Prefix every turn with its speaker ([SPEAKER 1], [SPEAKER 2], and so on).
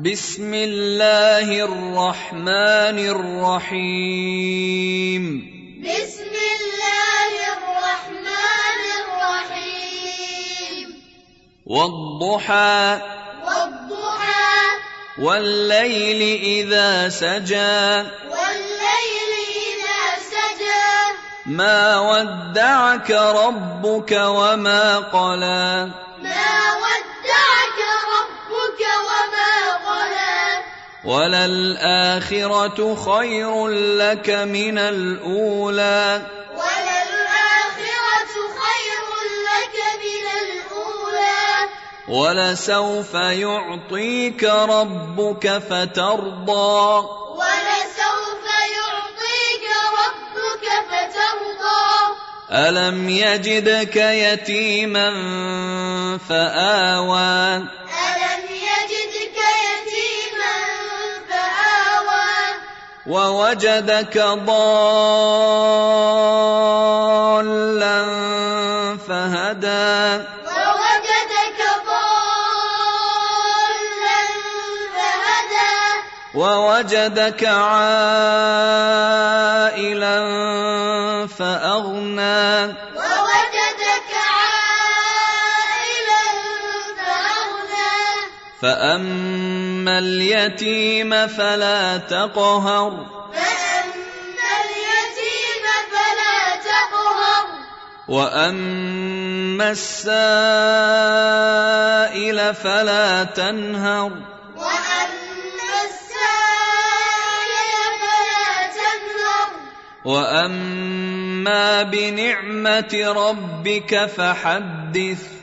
[SPEAKER 1] بسم الله الرحمن الرحيم
[SPEAKER 2] بسم الله الرحمن الرحيم
[SPEAKER 1] والضحى
[SPEAKER 2] والضحى
[SPEAKER 1] والليل إذا سجى
[SPEAKER 2] والليل إذا سجى
[SPEAKER 1] ما ودعك ربك وما قلى
[SPEAKER 2] ما ودعك ربك وما قلى
[SPEAKER 1] وللآخرة خير لك من الأولى
[SPEAKER 2] وللآخرة خير لك من الأولى
[SPEAKER 1] ولسوف يعطيك ربك فترضى
[SPEAKER 2] ولسوف يعطيك ربك فترضى
[SPEAKER 1] ألم يجدك يتيما فآوى
[SPEAKER 2] ألم يجدك يتيما فآوى
[SPEAKER 1] ووجدك ضالا فهدى
[SPEAKER 2] ووجدك ضالا فهدى
[SPEAKER 1] ووجدك عائلا فأغنى
[SPEAKER 2] ووجدك عائلا فأغنى
[SPEAKER 1] فأما اليتيم فلا تقهر
[SPEAKER 2] فأما اليتيم فلا تقهر
[SPEAKER 1] واما السائل فلا تنهر
[SPEAKER 2] وأما السائل فلا تنهر
[SPEAKER 1] واما بنعمه ربك فحدث